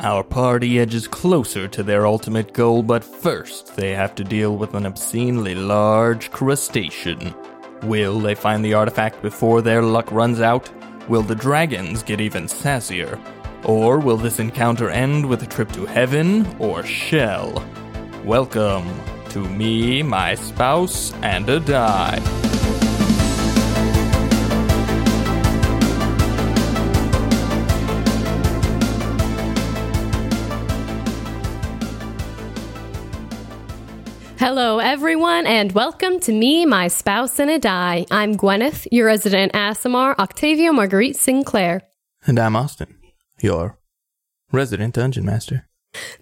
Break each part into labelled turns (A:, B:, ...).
A: Our party edges closer to their ultimate goal, but first they have to deal with an obscenely large crustacean. Will they find the artifact before their luck runs out? Will the dragons get even sassier? Or will this encounter end with a trip to heaven or shell? Welcome to me, my spouse, and a die.
B: Hello, everyone, and welcome to Me, My Spouse, and a Die. I'm Gwyneth, your resident Asimar Octavia Marguerite Sinclair.
A: And I'm Austin, your resident dungeon master.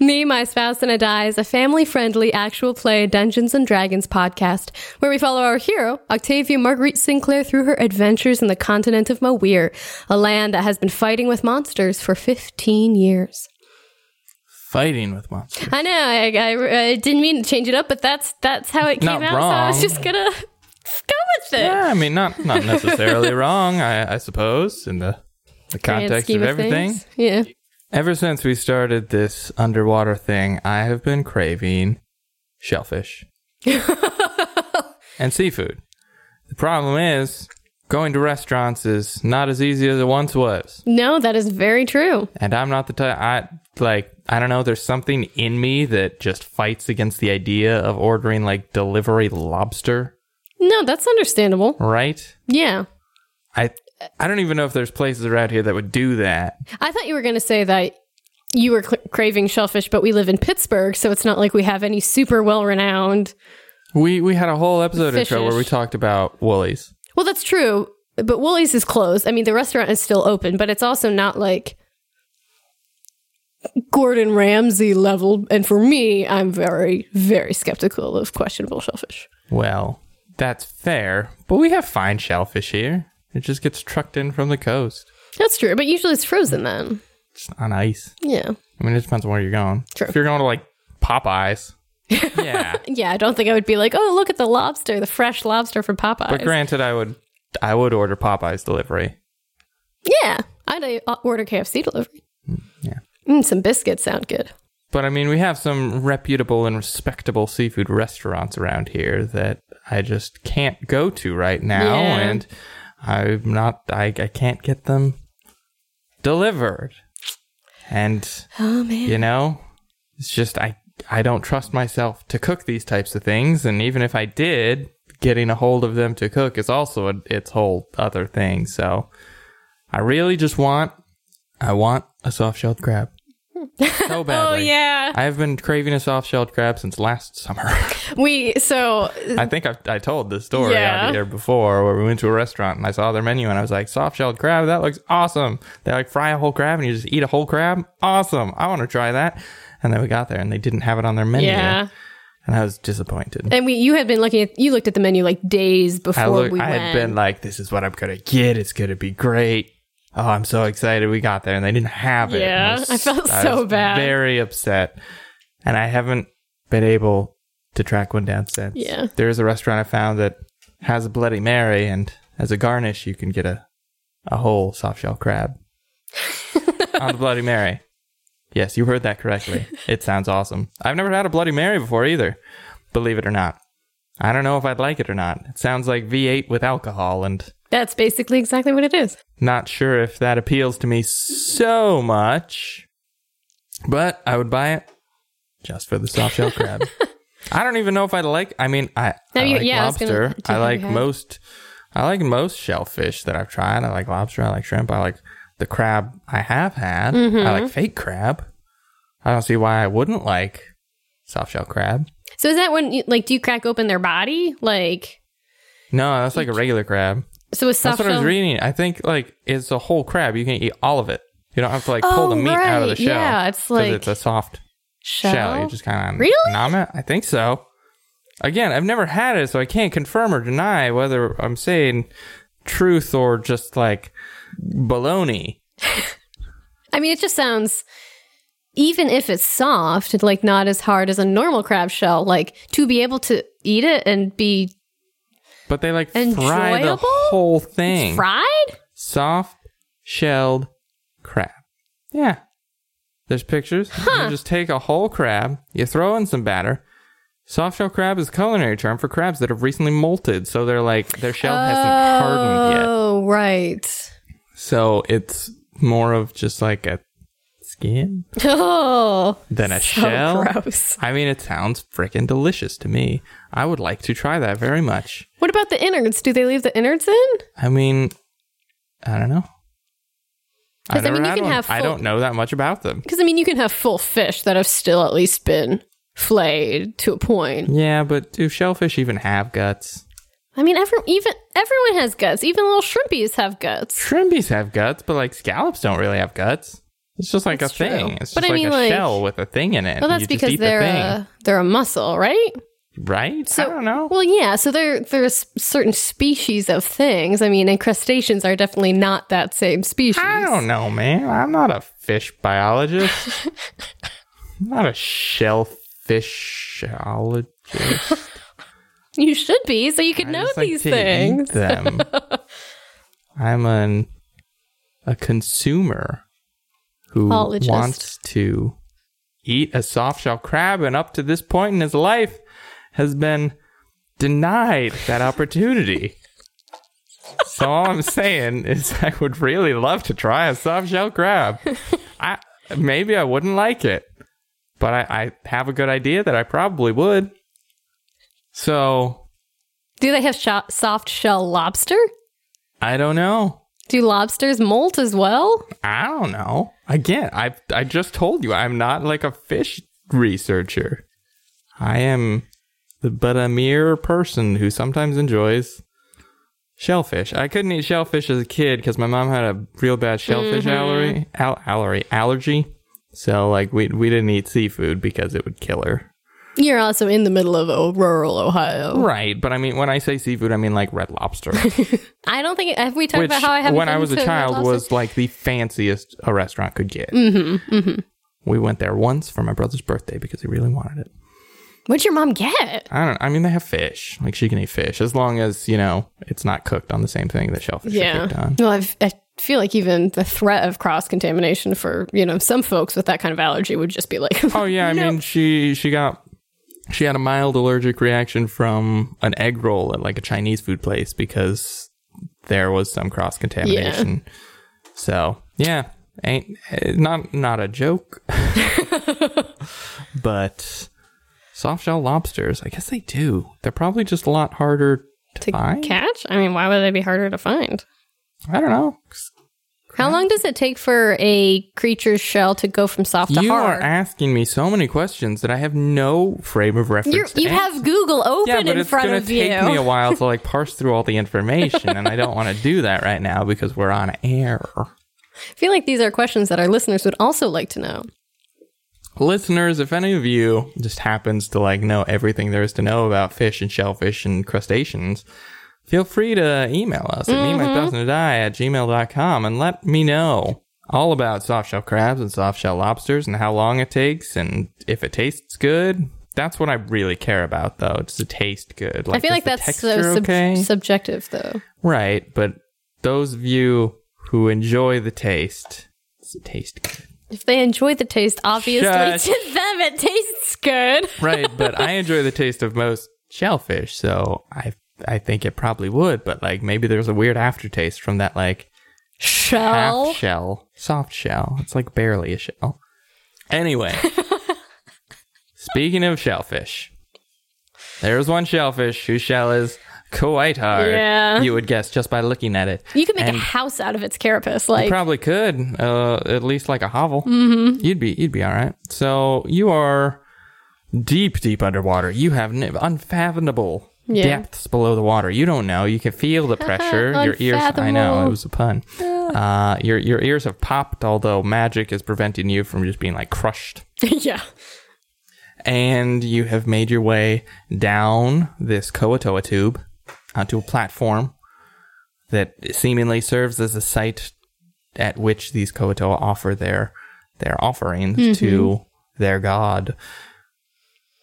B: Me, My Spouse, and a Die is a family friendly actual play Dungeons and Dragons podcast where we follow our hero, Octavia Marguerite Sinclair, through her adventures in the continent of Mawir, a land that has been fighting with monsters for 15 years.
A: Fighting with monsters.
B: I know, I, I, I didn't mean to change it up, but that's that's how it
A: Not
B: came out, so I was
A: wrong.
B: just gonna just go with it.
A: Yeah, I mean, not not necessarily wrong, I, I suppose, in the, the
B: Grand
A: context
B: scheme
A: of everything.
B: things. Yeah.
A: Ever since we started this underwater thing, I have been craving shellfish and seafood. The problem is, going to restaurants is not as easy as it once was.
B: No, that is very true.
A: And I'm not the type, I like, I don't know, there's something in me that just fights against the idea of ordering like delivery lobster,
B: No, that's understandable.
A: right?
B: Yeah.
A: I I don't even know if there's places around here that would do that.
B: I thought you were going to say that you were cl- craving shellfish, but we live in Pittsburgh, so it's not like we have any super well renowned.
A: We we had a whole episode intro where we
B: Fishish.
A: talked about Woolies.
B: Well, that's true, but Woolies is closed. I mean, the restaurant is still open, but it's also not like Gordon Ramsay level. And for me, I'm very, very skeptical of questionable shellfish.
A: Well, that's fair, but we have fine shellfish here. It just gets trucked in from the coast.
B: That's true, but usually it's frozen then.
A: It's on ice.
B: Yeah.
A: I mean, it depends on where you're going.
B: True.
A: If you're going to like Popeyes, yeah.
B: Yeah, I don't think I would be like, oh, look at the lobster, the fresh lobster from Popeyes.
A: But granted, I would I would order Popeyes delivery.
B: Yeah, I'd uh, order KFC delivery.
A: yeah.
B: Mm, some biscuits sound good.
A: But I mean, we have some reputable and respectable seafood restaurants around here that I just can't go to right now,
B: Yeah.
A: and I'm not. I I can't get them delivered, and
B: Oh man.
A: you know, it's just I I don't trust myself to cook these types of things, and even if I did, getting a hold of them to cook is also a, its whole other thing. So I really just want I want a soft shelled crab. So
B: Oh
A: badly.
B: yeah.
A: I have been craving a soft shelled crab since last summer.
B: We so
A: I think I've, I told this story
B: Yeah.
A: out here before where we went to a restaurant and I saw their menu and I was like, soft shelled crab, that looks awesome. They like fry a whole crab and you just eat a whole crab. Awesome. I want to try that. And then we got there and they didn't have it on their menu.
B: yeah.
A: And I was disappointed.
B: And we you had been looking at you looked at the menu like days before
A: I, look,
B: we
A: I
B: went.
A: had been like, this is what I'm going to get. It's going to be great. Oh, I'm so excited we got there and they didn't have it.
B: Yeah,
A: And
B: I felt
A: I
B: so
A: was
B: bad.
A: Very upset. And I haven't been able to track one down since.
B: Yeah.
A: There is a restaurant I found that has a Bloody Mary, and as a garnish, you can get a, a whole soft shell crab on the Bloody Mary. Yes, you heard that correctly. It sounds awesome. I've never had a Bloody Mary before either, believe it or not. I don't know if I'd like it or not. It sounds like V8 with alcohol, and
B: That's basically exactly what it is.
A: not sure if that appeals to me so much, but I would buy it just for the soft shell crab. I don't even know if I'd like. I mean, I,
B: Have
A: I
B: you-
A: like
B: yeah, I was gonna-
A: lobster.
B: do
A: I,
B: you
A: like
B: have-
A: most. I like most shellfish that I've tried. I like lobster. I like shrimp. I like the crab I have had.
B: Mm-hmm.
A: I like fake crab. I don't see why I wouldn't like soft shell crab.
B: So is that when you, like do you crack open their body like
A: No, that's like a regular crab.
B: so a soft
A: That's what I was
B: shell?
A: reading. I think like it's a whole crab. You can eat all of it. You don't have to like pull
B: Oh,
A: the meat out of the
B: right.
A: shell.
B: Yeah, it's
A: 'Cause
B: like
A: it's a soft shell.
B: shell.
A: You just kind of
B: Really?
A: nom it. I think so. Again, I've never had it, so I can't confirm or deny whether I'm saying truth or just like baloney.
B: I mean, it just sounds even if it's soft, and like not as hard as a normal crab shell, like to be able to eat it and be
A: But they like fry the
B: Enjoyable?
A: whole thing.
B: fried?
A: Soft shelled crab. Yeah. There's pictures. You just take a whole crab, you throw in some batter. Softshell crab is a culinary term for crabs that have recently molted, so they're like their shell hasn't hardened yet.
B: Oh, right.
A: So it's more of just like a skin
B: Oh,
A: than a
B: so
A: shell.
B: gross.
A: I mean, it sounds freaking delicious to me. I would like to try that very much.
B: What about the innards? Do they leave the innards in?
A: I mean, I don't know.
B: 'Cause, I
A: never
B: mean, you
A: had
B: can
A: one.
B: have
A: I
B: full-
A: don't know that much about them.
B: Because I mean, you can have full fish that have still at least been flayed to a point.
A: Yeah, but do shellfish even have guts?
B: I mean, every, even everyone has guts. Even little shrimpies have guts.
A: Shrimpies have guts, but like scallops don't really have guts. It's just like
B: That's
A: a
B: true.
A: thing. It's just
B: But I
A: like
B: mean,
A: a
B: like-
A: shell with a thing in it.
B: Well, that's
A: you just
B: because
A: eat
B: they're
A: the thing,
B: a, they're a mussel, right?
A: right? I don't know.
B: Well, yeah. So there there's certain species of things. I mean, and crustaceans are definitely not that same species.
A: I don't know, man. I'm not a fish biologist. I'm not a shellfishologist.
B: You should be, so you could
A: I
B: know
A: just like
B: these
A: to eat
B: things.
A: them. I'm an a consumer who
B: Ologist.
A: wants to eat a softshell crab, and up to this point in his life, has been denied that opportunity. so all I'm saying is, I would really love to try a softshell crab. I maybe I wouldn't like it, but I, I have a good idea that I probably would. So
B: Do they have sho soft shell lobster?
A: I don't know.
B: Do lobsters molt as well?
A: I don't know. Again, I I just told you I'm not like a fish researcher. I am the, but a mere person who sometimes enjoys shellfish. I couldn't eat shellfish as a kid because my mom had a real bad shellfish allergy, al- allergy, allergy. So like we we didn't eat seafood because it would kill her.
B: You're also in the middle of oh, rural Ohio.
A: Right, but I mean when I say seafood, I mean like red lobster,
B: I don't think have we talked
A: which
B: about how I haven't
A: when I
B: been
A: was a
B: to Red
A: child
B: Lobster?
A: was like the fanciest a restaurant could get. Mm-hmm, mm-hmm. We went there once for my brother's birthday because he really wanted it.
B: What'd your mom get?
A: I don't. I mean, they have fish. Like she can eat fish as long as you know it's not cooked on the same thing that shellfish are cooked
B: Yeah.
A: on.
B: Well, I've, I feel like even the threat of cross contamination for you know some folks with that kind of allergy would just be like,
A: Oh yeah, I mean she she got she had a mild allergic reaction from an egg roll at like a Chinese food place because there was some cross contamination. So yeah, ain't eh, not not a joke. but soft shell lobsters, I guess they do. They're probably just a lot harder to,
B: to
A: find.
B: catch. I mean, why would they be harder to find?
A: I don't know.
B: How long does it take for a creature's shell to go from soft to
A: You are
B: hard?
A: asking me so many questions that I have no frame of reference.
B: You're,
A: to
B: you
A: answer.
B: have Google open
A: yeah, but
B: in
A: it's
B: front
A: gonna
B: of you.
A: take me a while to like parse through all the information, and I don't want to do that right now because we're on air.
B: I feel like these are questions that our listeners would also like to know.
A: Listeners, if any of you just happens to like know everything there is to know about fish and shellfish and crustaceans, feel free to email us at
B: Mm-hmm.
A: mm at gmail.com and let me know all about softshell crabs and softshell lobsters and how long it takes and if it tastes good. That's what I really care about, though. Does it taste good?
B: I
A: does
B: feel like
A: the
B: that's so
A: texture
B: sub-
A: okay?
B: subjective, though.
A: Right, but those of you who enjoy the taste, does it taste good?
B: If they enjoy the taste, obviously
A: Shush.
B: to them it tastes good.
A: Right, but I enjoy the taste of most shellfish, so I I think it probably would, but like maybe there's a weird aftertaste from that like
B: Shell. Oh.
A: half shell, soft shell. It's like barely a shell. Anyway, speaking of shellfish, there's one shellfish whose shell is quite hard.
B: Yeah.
A: You would guess just by looking at it.
B: You could make
A: And-
B: a house out of its carapace.
A: You
B: Like,
A: probably could, uh, at least like a hovel. Mm-hmm. You'd be you'd be all right. So you are deep, deep underwater. You have n- unfathomable
B: Yeah.
A: depths below the water. You don't know. You can feel the pressure. your ears. I know it was a pun. Uh, your your ears have popped, although magic is preventing you from just being like crushed
B: yeah.
A: and you have made your way down this Koatoa tube onto a platform that seemingly serves as a site at which these Koatoa offer their their offerings to their god.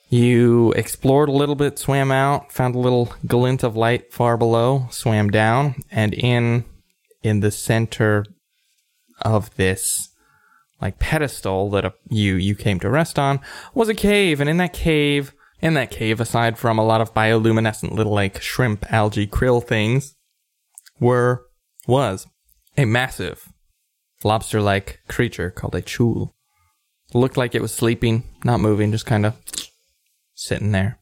A: You explored a little bit, swam out, found a little glint of light far below, swam down, and in in the center of this like pedestal that a, you you came to rest on was a cave, and in that cave, in that cave, aside from a lot of bioluminescent little like shrimp, algae, krill things, were was a massive lobster-like creature called a chul. Looked like it was sleeping, not moving, just kind of sitting there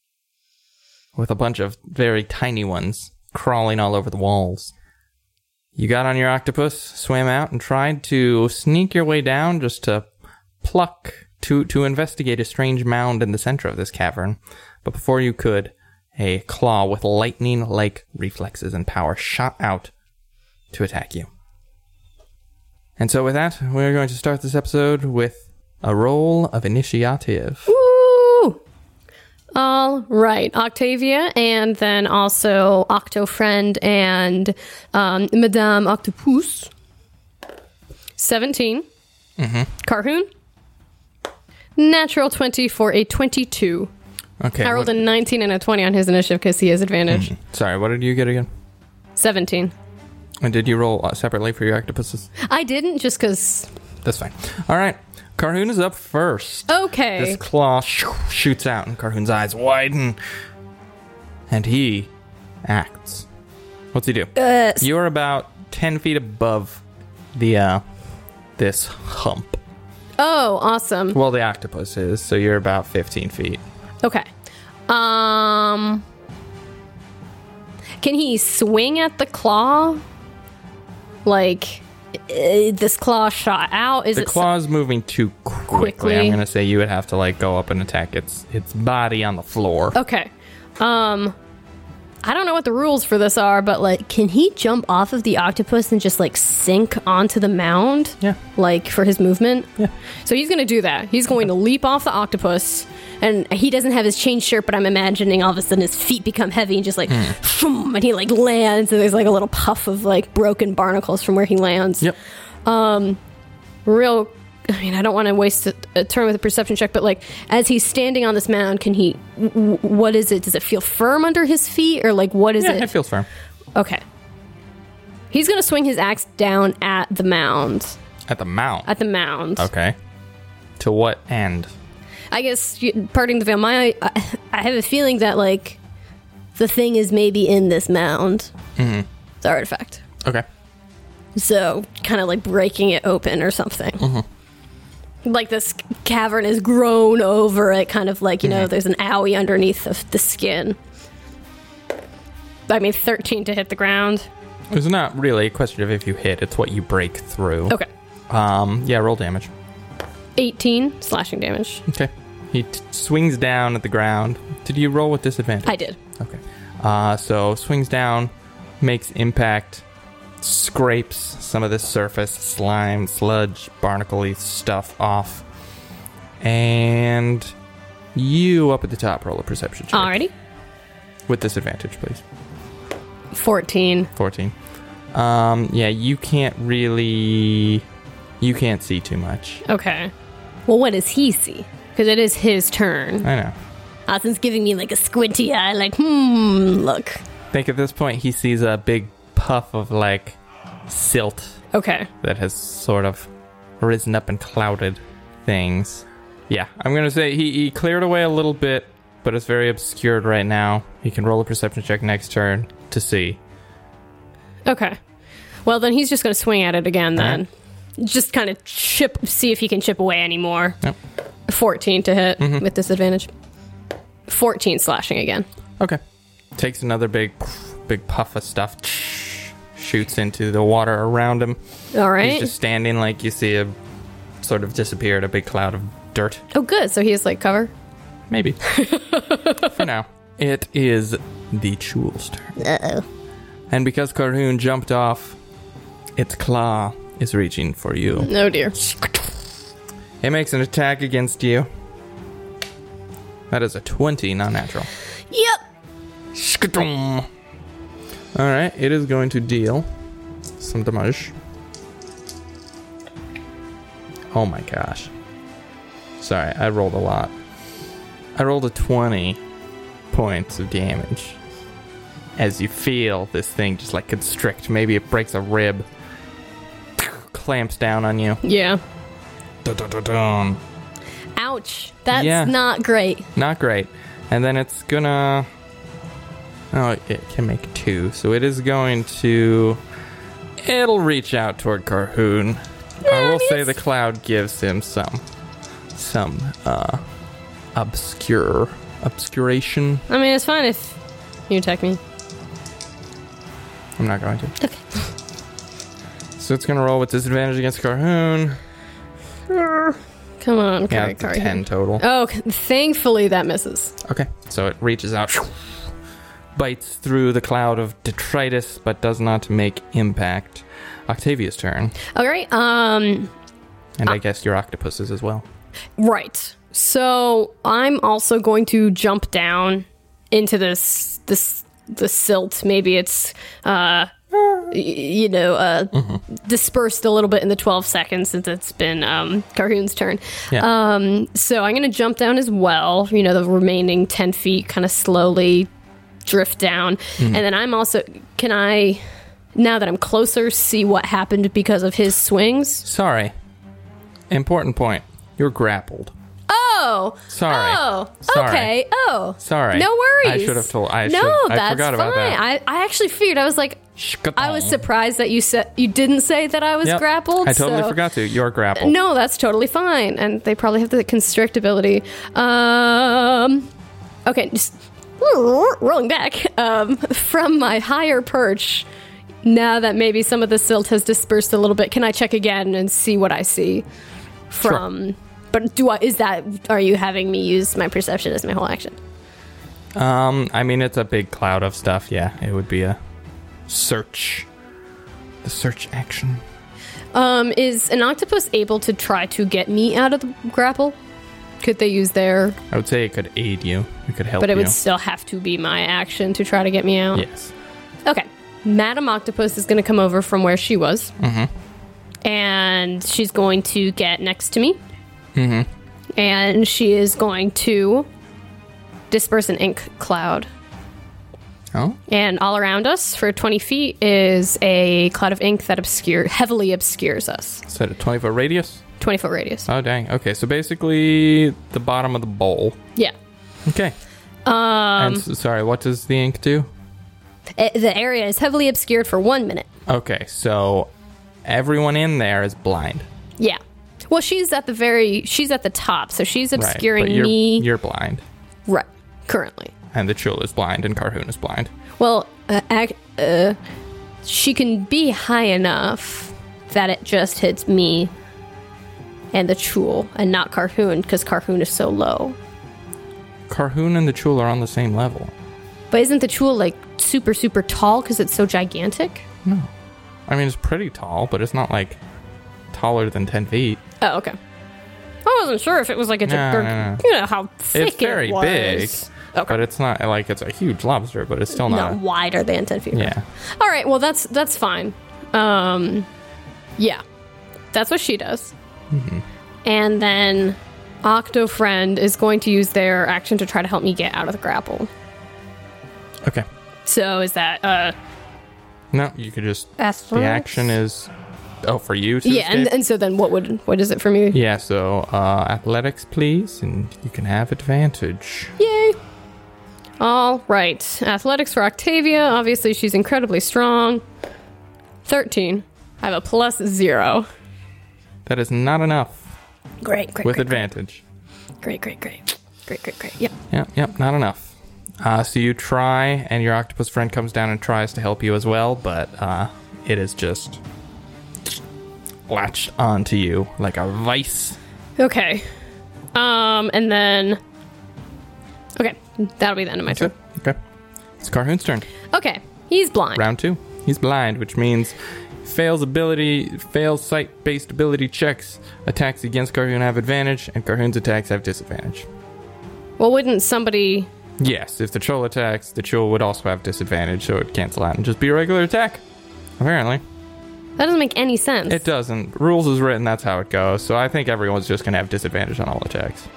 A: with a bunch of very tiny ones crawling all over the walls. You got on your octopus, swam out, and tried to sneak your way down just to pluck to to investigate a strange mound in the center of this cavern. But before you could, a claw with lightning-like reflexes and power shot out to attack you. And so, with that, we're going to start this episode with a roll of initiative.
B: Woo! All right, Octavia, and then also Octofriend and um, Madame Octopus. 17.
A: Mm-hmm.
B: Carhoon. Natural 20 for a 22.
A: Okay.
B: I rolled
A: what-
B: a 19 and a 20 on his initiative because he has advantage.
A: sorry, what did you get again? Mm-hmm.
B: 17.
A: And did you roll uh, separately for your octopuses?
B: I didn't just because.
A: That's fine. All right. Carhoon is up first.
B: Okay.
A: This claw shoo- shoots out, and Carhoon's eyes widen. And he acts. What's he do?
B: Uh,
A: You're about 10 feet above the, uh, this hump.
B: oh, awesome.
A: Well, the octopus is, so you're about 15 feet.
B: Okay. Um. Can he swing at the claw? Like, eh, this claw shot out? Is
A: The
B: it.
A: claw's moving too quickly.
B: Quickly.
A: I'm going to say you would have to, like, go up and attack its, its body on the floor.
B: Okay. Um I don't know what the rules for this are, but like can he jump off of the octopus and just like sink onto the mound?
A: Yeah.
B: Like for his movement? Yeah. So he's going to do that. He's going to leap off the octopus and he doesn't have his chain shirt, but I'm imagining all of a sudden his feet become heavy and just like
A: Hmm.
B: shoom, and he like lands and there's like a little puff of like broken barnacles from where he lands
A: Yep.
B: real I mean, I don't want to waste a, a turn with a perception check, but like as he's standing on this mound, can he? W- w- what is it? Does it feel firm under his feet, or like what is
A: Yeah,
B: it?
A: it feels firm.
B: okay. He's gonna swing his axe down at the mound.
A: At the mount.
B: At the mound.
A: Okay. To what end?
B: I guess you- parting the veil. My, I, I have a feeling that like the thing is maybe in this mound. Mm-hmm. The artifact.
A: Okay.
B: So, kind of like breaking it open or something. Like this cavern is grown over it, kind of like, you know, there's an owie underneath of the skin. I mean, 13 to hit the ground.
A: It's not really a question of if you hit, it's what you break through.
B: Okay.
A: Um, yeah, roll damage.
B: 18 slashing damage.
A: Okay. He t- swings down at the ground. Did you roll with disadvantage?
B: I did.
A: Okay. Uh, so swings down, makes impact, scrapes some of this surface, slime, sludge, barnacly stuff off. And you up at the top roll a perception check.
B: Alrighty.
A: With disadvantage, please.
B: 14.
A: 14. Um, yeah, you can't really. You can't see too much.
B: Okay. Well, what does he see? Because it is his turn.
A: I know.
B: Austin's giving me like a squinty eye, like, hmm, look.
A: I think at this point he sees a big puff of, like, silt
B: Okay.
A: that has sort of risen up and clouded things. Yeah, I'm going to say he, he cleared away a little bit, but it's very obscured right now. He can roll a perception check next turn to see.
B: Okay. Well, then he's just going to swing at it again, then.
A: Alright.
B: Just kind of chip, see if he can chip away anymore.
A: Yep. Mm-hmm.
B: 14 to hit with disadvantage. 14 slashing again.
A: Okay. Takes another big, big puff of stuff, shoots into the water around him. He's
B: All right.
A: just standing like you see him sort of disappeared a big cloud of dirt.
B: oh, good. So he has like cover.
A: Maybe. For now. It is the Chul's turn.
B: Uh oh.
A: And because Carhoon jumped off, its claw is reaching for you.
B: No, dear.
A: It makes an attack against you. That is a 20, not natural.
B: Yep.
A: All right, it is going to deal some damage. Oh my gosh. Sorry, I rolled a lot. I rolled a 20 points of damage. As you feel this thing just like constrict, maybe it breaks a rib, clamps down on you,
B: Yeah.
A: Dun-dun-dun-dun.
B: Ouch. That's
A: Yeah.
B: not great.
A: Not great. And then it's gonna. Oh, it can make two. So it is going to. It'll reach out toward Carhoon. I will say
B: yes.
A: the cloud gives him some. Some, uh. Obscure. Obscuration.
B: I mean, it's fine if you attack me.
A: I'm not going to. Okay. So it's gonna roll with disadvantage against Carhoon.
B: Come on,
A: Yeah,
B: Kari,
A: it's a
B: Kari.
A: 10 total.
B: Oh, c- thankfully that misses.
A: Okay. So it reaches out, bites through the cloud of detritus, but does not make impact. Octavia's turn.
B: All right. Um,
A: And I guess your octopuses as well.
B: right. So I'm also going to jump down into this this the silt. Maybe it's uh, y- you know uh, dispersed a little bit in the 12 seconds since it's been um, Carhoon's turn.
A: Yeah.
B: Um, so I'm going to jump down as well. You know, the remaining 10 feet, kind of slowly drift down,
A: Hmm.
B: and then I'm also can I. Now that I'm closer, see what happened because of his swings.
A: Sorry. Important point. You're grappled.
B: Oh.
A: Sorry.
B: Oh.
A: Sorry.
B: Okay. Oh.
A: Sorry.
B: No
A: I
B: worries.
A: should have told- I
B: no,
A: should- I
B: that's
A: forgot about
B: fine.
A: that.
B: I, I actually figured. I was like, I was surprised that you said you didn't say that I was
A: Yep.
B: grappled.
A: I totally
B: so-
A: forgot to. You're grappled.
B: No, that's totally fine, and they probably have the constrict ability. Um. Okay. Just rolling back um, from my higher perch. Now that maybe some of the silt has dispersed a little bit, can I check again and see what I see from? But do I? Is that? Are you having me use my perception as my whole action?
A: Um, I mean, it's a big cloud of stuff. Yeah, it would be a search. The search action.
B: Um, is an octopus able to try to get me out of the grapple? Could they use their?
A: I would say it could aid you. It could help
B: But it
A: you.
B: would still have to be my action to try to get me out.
A: yes.
B: Okay. Madam Octopus is going to come over from where she was. And she's going to get next to me. And she is going to disperse an ink cloud.
A: Oh.
B: And all around us for 20 feet is a cloud of ink that obscure, heavily obscures us.
A: So a 20 foot radius?
B: 20 foot radius.
A: Oh, dang. Okay, so basically the bottom of the bowl.
B: Yeah.
A: Okay. Um. And s- sorry, what does the ink do?
B: Eh, the area is heavily obscured for one minute.
A: Okay, so everyone in there is blind.
B: Yeah. Well, she's at the very, she's at the top, so she's
A: Right.
B: obscuring
A: but you're,
B: me
A: You're blind.
B: right, currently.
A: And the Chul is blind, and Carhoon is blind.
B: Well, uh, ac- uh, she can be high enough that it just hits me and the Chul and not Carhoon because Carhoon is so low.
A: Carhoon and the Chul are on the same level.
B: But isn't the Chul like super, super tall because it's so gigantic?
A: I mean, it's pretty tall, but it's not like taller than 10 feet.
B: Oh, okay. I wasn't sure if it was like a,
A: No,
B: or,
A: no, no.
B: you know, how thick
A: it's very
B: it was.
A: big,
B: Okay.
A: but it's not like it's a huge lobster, but it's still
B: Not
A: not.
B: wider than 10 feet.
A: yeah.
B: All right. Well, that's that's fine. Um, yeah, that's what she does.
A: Mm-hmm.
B: And then Octofriend is going to use their action to try to help me get out of the grapple.
A: Okay.
B: So is that uh
A: No, you could just.
B: Astral?
A: The action is. Oh, for you to.
B: yeah, and,
A: escape?
B: and so then what would what is it for me?
A: Yeah, so uh, athletics, please, and you can have advantage.
B: Yay! All right, athletics for Octavia. Obviously, she's incredibly strong. Thirteen. I have a plus zero.
A: That is not enough
B: Great, great,
A: with
B: great,
A: advantage.
B: great, great, great, great, great, great. Yep.
A: Yep, yep, not enough. Uh, so you try, and your octopus friend comes down and tries to help you as well, but uh, it is just latched onto you like a vice.
B: Okay. Um, and then. Okay, that'll be the end of my turn.
A: That's it. Okay. It's Carhoon's turn.
B: Okay, he's blind.
A: Round two. He's blind, which means fails ability, fails sight based ability checks. Attacks against Carhoon have advantage, and Carhoon's attacks have disadvantage.
B: Well, wouldn't somebody?
A: Yes, if the troll attacks, the troll would also have disadvantage, so it would cancel out and just be a regular attack. Apparently.
B: That doesn't make any sense.
A: It doesn't. Rules is written, that's how it goes, so I think everyone's just gonna have disadvantage on all attacks.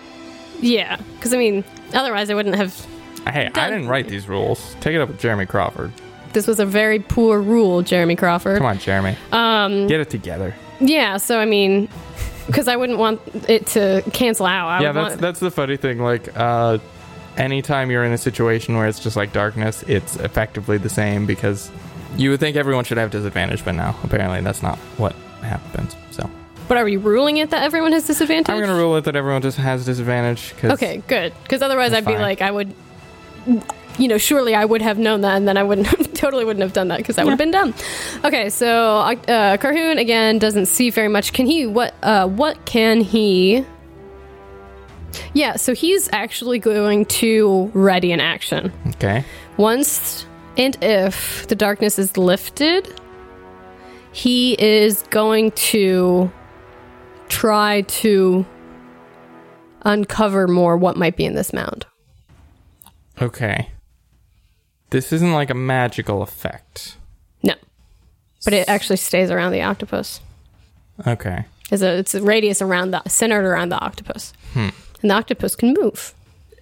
B: yeah, because I mean, otherwise I wouldn't have.
A: Hey, I
B: Done.
A: didn't write these rules. Take it up with Jeremy Crawford.
B: This was a very poor rule, Jeremy Crawford.
A: Come on, Jeremy. Um Get it together.
B: Yeah, so I mean, because I wouldn't want it to cancel out. I
A: yeah,
B: would
A: that's
B: want,
A: that's the funny thing. Like, uh, anytime you're in a situation where it's just like darkness, it's effectively the same because you would think everyone should have disadvantage, but now apparently that's not what happens. So
B: but are we ruling it that everyone has disadvantage?
A: I'm gonna rule it that everyone just has disadvantage. Cause
B: Okay, good. Because otherwise, I'd
A: That's
B: be
A: fine.
B: like, I would, you know, surely I would have known that, and then I wouldn't have, totally wouldn't have done that because that would have been dumb. Okay, so uh, Carhoon again doesn't see very much. Can he? What? Uh, what can he? Yeah, so he's actually going to ready an action
A: Okay.
B: once and if the darkness is lifted. He is going to try to uncover more what might be in this mound.
A: Okay. This isn't like a magical effect.
B: No. But it actually stays around the octopus.
A: Okay.
B: It's a, it's a radius around the centered around the octopus.
A: Hmm.
B: And the octopus can move.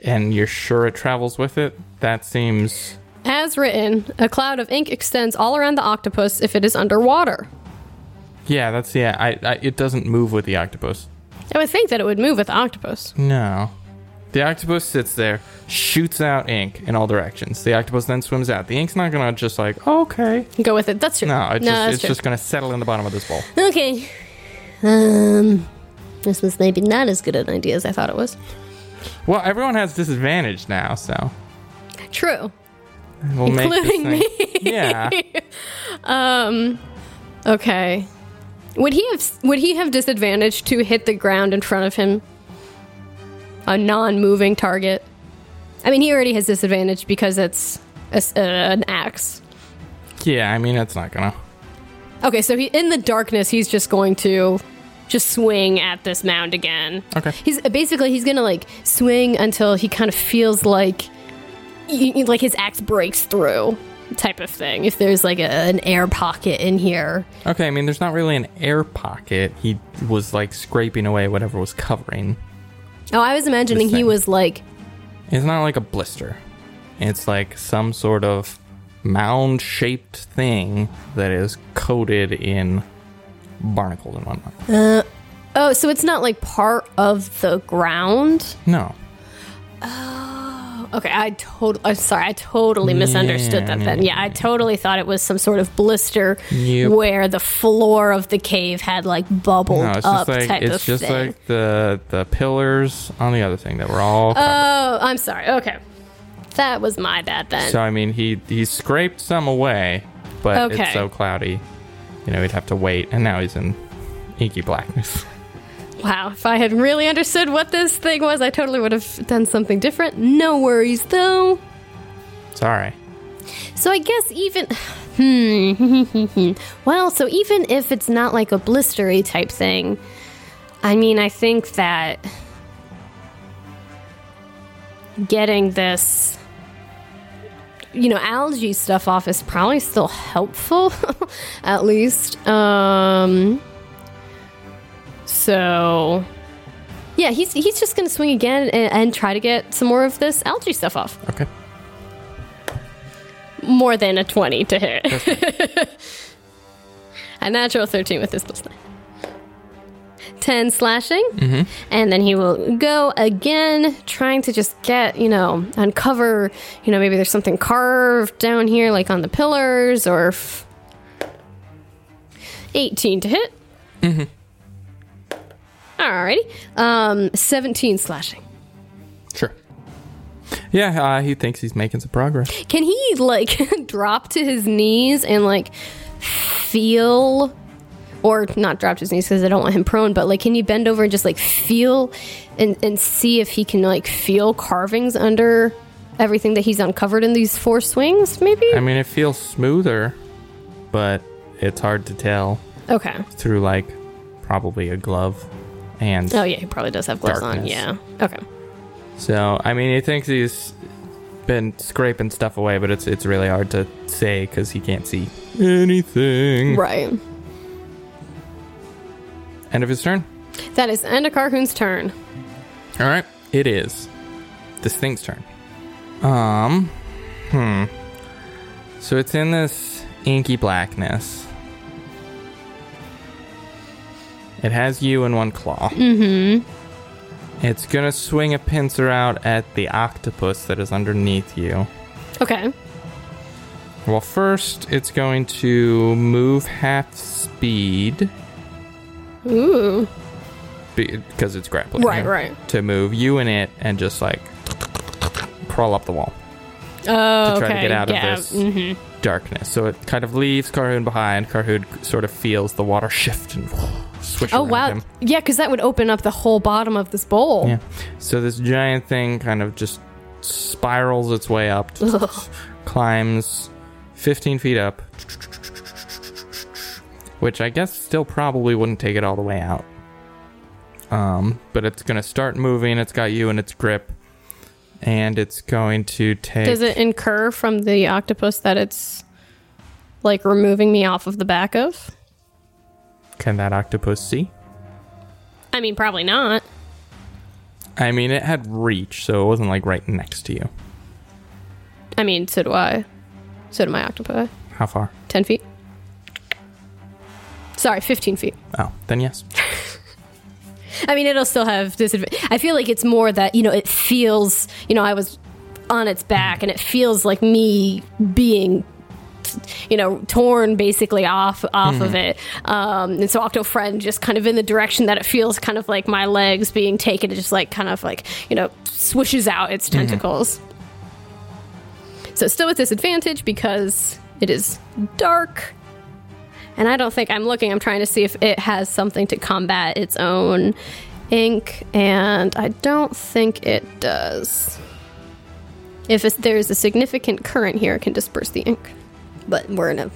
A: And you're sure it travels with it? That seems
B: As written, a cloud of ink extends all around the octopus if it is underwater.
A: Yeah, that's yeah. I, I it doesn't move with the octopus.
B: I would think that it would move with the octopus.
A: No. The octopus sits there, shoots out ink in all directions. The octopus then swims out. The ink's not gonna just like okay.
B: Go with it. That's true.
A: No, it's just
B: that's
A: it's
B: true.
A: just gonna settle in the bottom of this bowl.
B: Okay. Um, this was maybe not as good an idea as I thought it was.
A: Well, everyone has disadvantage now, so
B: True.
A: we'll make this
B: Including
A: thing- Yeah.
B: Okay. Would he have would he have disadvantage to hit the ground in front of him? A non-moving target. I mean, he already has disadvantage because it's a s- uh, an axe.
A: Yeah, I mean it's not gonna.
B: Okay, so he in the darkness, he's just going to just swing at this mound again.
A: Okay.
B: He's basically he's going to like swing until he kind of feels like y- y- like his axe breaks through type of thing. If there's like a, an air pocket in here.
A: Okay, I mean there's not really an air pocket. He was like scraping away whatever was covering.
B: Oh, I was imagining he
A: thing.
B: was like
A: It's not like a blister. It's like some sort of mound shaped thing that is coated in barnacles and whatnot.
B: Oh, so it's not like part of the ground?
A: No.
B: Oh, Okay, I totally. I'm sorry, I totally misunderstood
A: Yeah,
B: that. Then, yeah, I totally thought it was some sort of blister
A: Yep.
B: where the floor of the cave had like bubbled
A: No, it's
B: up
A: just like
B: type
A: it's
B: of
A: just
B: thing.
A: like the the pillars on the other thing that were all covered.
B: oh, I'm sorry. Okay, that was my bad then.
A: So I mean he he scraped some away, but
B: Okay.
A: it's so cloudy. You know, he'd have to wait and now he's in inky blackness.
B: Wow, if I had really understood what this thing was, I totally would have done something different. No worries though.
A: Sorry.
B: So I guess even. Hmm. well, so even if it's not like a blistery type thing, I mean, I think that getting this, you know, algae stuff off is probably still helpful, at least. Um. So. Yeah, he's, he's just gonna swing again and, and try to get some more of this algae stuff off
A: Okay.
B: more than a 20 to hit. a natural 13 with his plus 9. 10 slashing. And then he will go again, trying to just get, you know, uncover, you know, maybe there's something carved down here, like on the pillars, or. F- 18 to hit. Alrighty. Um, 17 slashing.
A: Sure. Yeah, uh, he thinks he's making some progress.
B: Can he like drop to his knees and like feel or not drop to his knees because I don't want him prone, but like can you bend over and just like feel and, and see if he can like feel carvings under everything that he's uncovered in these four swings, maybe?
A: I mean, it feels smoother, but it's hard to tell
B: okay.
A: through like probably a glove. And
B: Oh yeah, he probably does have gloves on.
A: Darkness.
B: Yeah. Okay.
A: so, I mean, he thinks he's been scraping stuff away, but it's it's really hard to say because he can't see anything.
B: Right.
A: End of his turn.
B: That is end of Carhoon's turn.
A: All right, it is this thing's turn. Um, hmm. So it's in this inky blackness, It has you in one claw.
B: Mm-hmm.
A: It's gonna swing a pincer out at the octopus that is underneath you.
B: Okay.
A: Well, first, it's going to move half speed
B: Ooh.
A: because it's grappling.
B: Right, right.
A: To move you and it and just like crawl up the wall
B: Oh,
A: to
B: okay.
A: try to get out
B: yeah. Mm-hmm.
A: of this darkness. So it kind of leaves Carhoon behind. Carhoon sort of feels the water shift and swish
B: Oh
A: around
B: wow.
A: him.
B: Yeah, because that would open up the whole bottom of this bowl.
A: Yeah. So this giant thing kind of just spirals its way up,
B: Ugh.
A: climbs 15 feet up, which I guess still probably wouldn't take it all the way out. Um, but it's going to start moving. It's got you in its grip, and it's going to take.
B: Does it incur from the octopus that it's like removing me off of the back of?
A: Can that octopus see?
B: I mean, probably not.
A: I mean, it had reach, so it wasn't like right next to you.
B: I mean, so do I. So do my octopi.
A: How far?
B: 10 feet. Sorry, 15 feet.
A: Oh, then yes.
B: I mean, it'll still have disadvantage. I feel like it's more that, you know, it feels, you know, I was on its back and it feels like me being, you know, torn basically off off of it. Um, and so Octofriend just kind of in the direction that it feels kind of like my legs being taken, it just like kind of like, you know, swishes out its tentacles. So still with disadvantage because it is dark. And I don't think I'm looking. I'm trying to see if it has something to combat its own ink, and I don't think it does. If it's, there's a significant current here, it can disperse the ink. But we're in a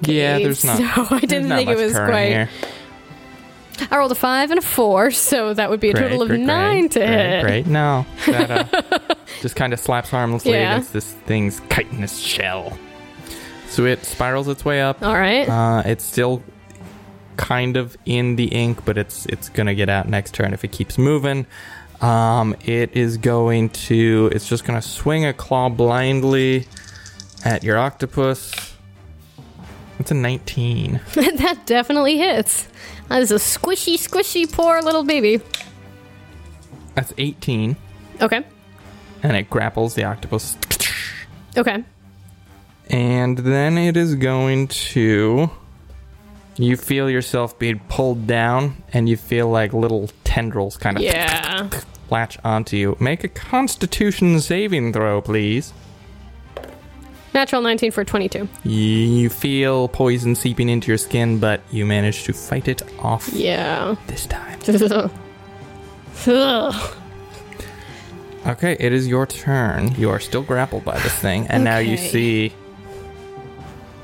A: Yeah,
B: cave,
A: there's not.
B: So I
A: there's
B: didn't
A: not
B: think it
A: much
B: was
A: current
B: quite.
A: here.
B: I rolled a five and a four, so that would be a
A: Great,
B: total of
A: great, great,
B: nine to
A: great,
B: hit.
A: Great, no. That, uh, just kind of slaps harmlessly
B: Yeah.
A: against this thing's chitinous shell. So it spirals its way up.
B: All right.
A: Uh, it's still kind of in the ink, but it's it's gonna get out next turn if it keeps moving. Um, it is going to. It's just gonna swing a claw blindly at your octopus. It's a 19.
B: that definitely hits. That is a squishy, squishy, poor little baby.
A: That's 18,
B: Okay.
A: and it grapples the octopus.
B: Okay.
A: And then it is going to. You feel yourself being pulled down, and you feel like little tendrils kind of
B: Yeah.
A: latch onto you. Make a constitution saving throw, please.
B: Natural 19 for 22.
A: You feel poison seeping into your skin, but you manage to fight it off
B: Yeah.
A: this time.
B: Ugh.
A: Okay, it is your turn. You are still grappled by this thing, and now you
B: Okay.
A: see.